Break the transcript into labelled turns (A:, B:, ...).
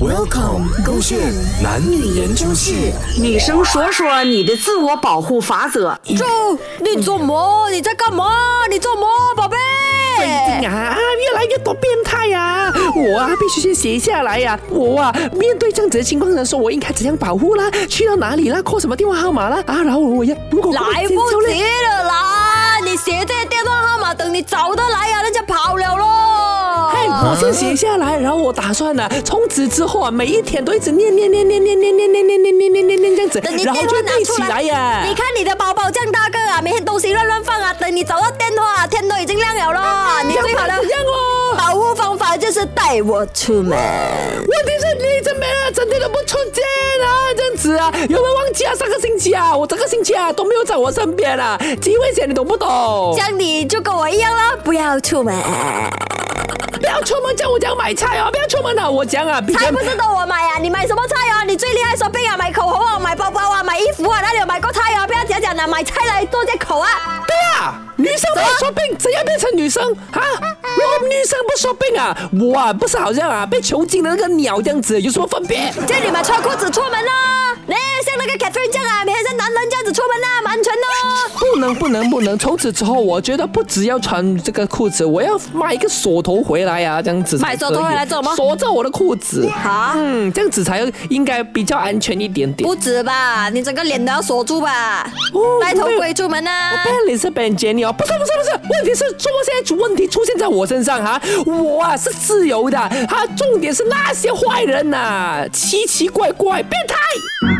A: Welcome，勾线男女研究室。
B: 女生说说你的自我保护法则。
C: 猪，你做么？你在干嘛？你做么，宝贝？
D: 最
C: 哎
D: 近啊，越来越多变态呀、我啊，必须先写下来呀、我啊，面对这样子的情况的时候，我应该怎样保护啦？去到哪里啦？扣什么电话号码啦？啊，然后我要如果
C: 来不及了啦！你写这些电话号码，等你找得来呀、人家跑了咯。
D: 哎，我先写下来，然后我打算呢、从此之后啊，每一天都一直念念念念念念念念念念念念念念这样子
C: 等你，电
D: 然
C: 话
D: 后就
C: 拿
D: 背
C: 出
D: 起来呀、
C: 你看你的包包这样大个啊，每天东西乱乱放啊，等你找到电话，啊天都已经亮了咯。你最好的
D: 这样哦。
C: 保护方法就是带我出门。
D: 问题是你怎么了？整天都不出现啊，这样子啊，有没有忘记啊？上个星期啊，我整个星期啊都没有在我身边啊，极危险，你懂不懂
C: 这？样你就跟我一样啦，不要出门。
D: 不要出门，叫我讲买菜哦，不要出门了，我讲啊，别
C: 菜不是都我买啊？你买什么菜啊？你最厉害 shopping 啊，买口红啊，买包包啊，买衣服啊，哪里有买过菜啊？不要讲讲了，买菜来做借口啊！
D: 对啊，女生不 shopping 怎样变成女生啊？如果女生不 shopping 啊，我啊不是好像啊被囚禁的那个鸟这样子，有什么分别？
C: 叫你们穿裤子出门啦、你像那个 Catherine 这样啊，每天像男人这样子出门啦、蛮安全的哦。
D: 不能不能不能！从此之后，我觉得不只要穿这个裤子，我要买一个锁头回来啊，这样子才
C: 买锁头
D: 可以
C: 回来做什么
D: 锁着我的裤子。
C: 啊
D: 嗯，这样子才应该比较安全一点点。
C: 不止吧，你整个脸都要锁住吧，戴头盔出门啊呐、
D: 哦我被你是 b e n j a m 哦，不是不是不是，问题是怎么现在问题出现在我身上哈、我啊是自啊由的，哈、重点是那些坏人呐、奇奇怪怪变态。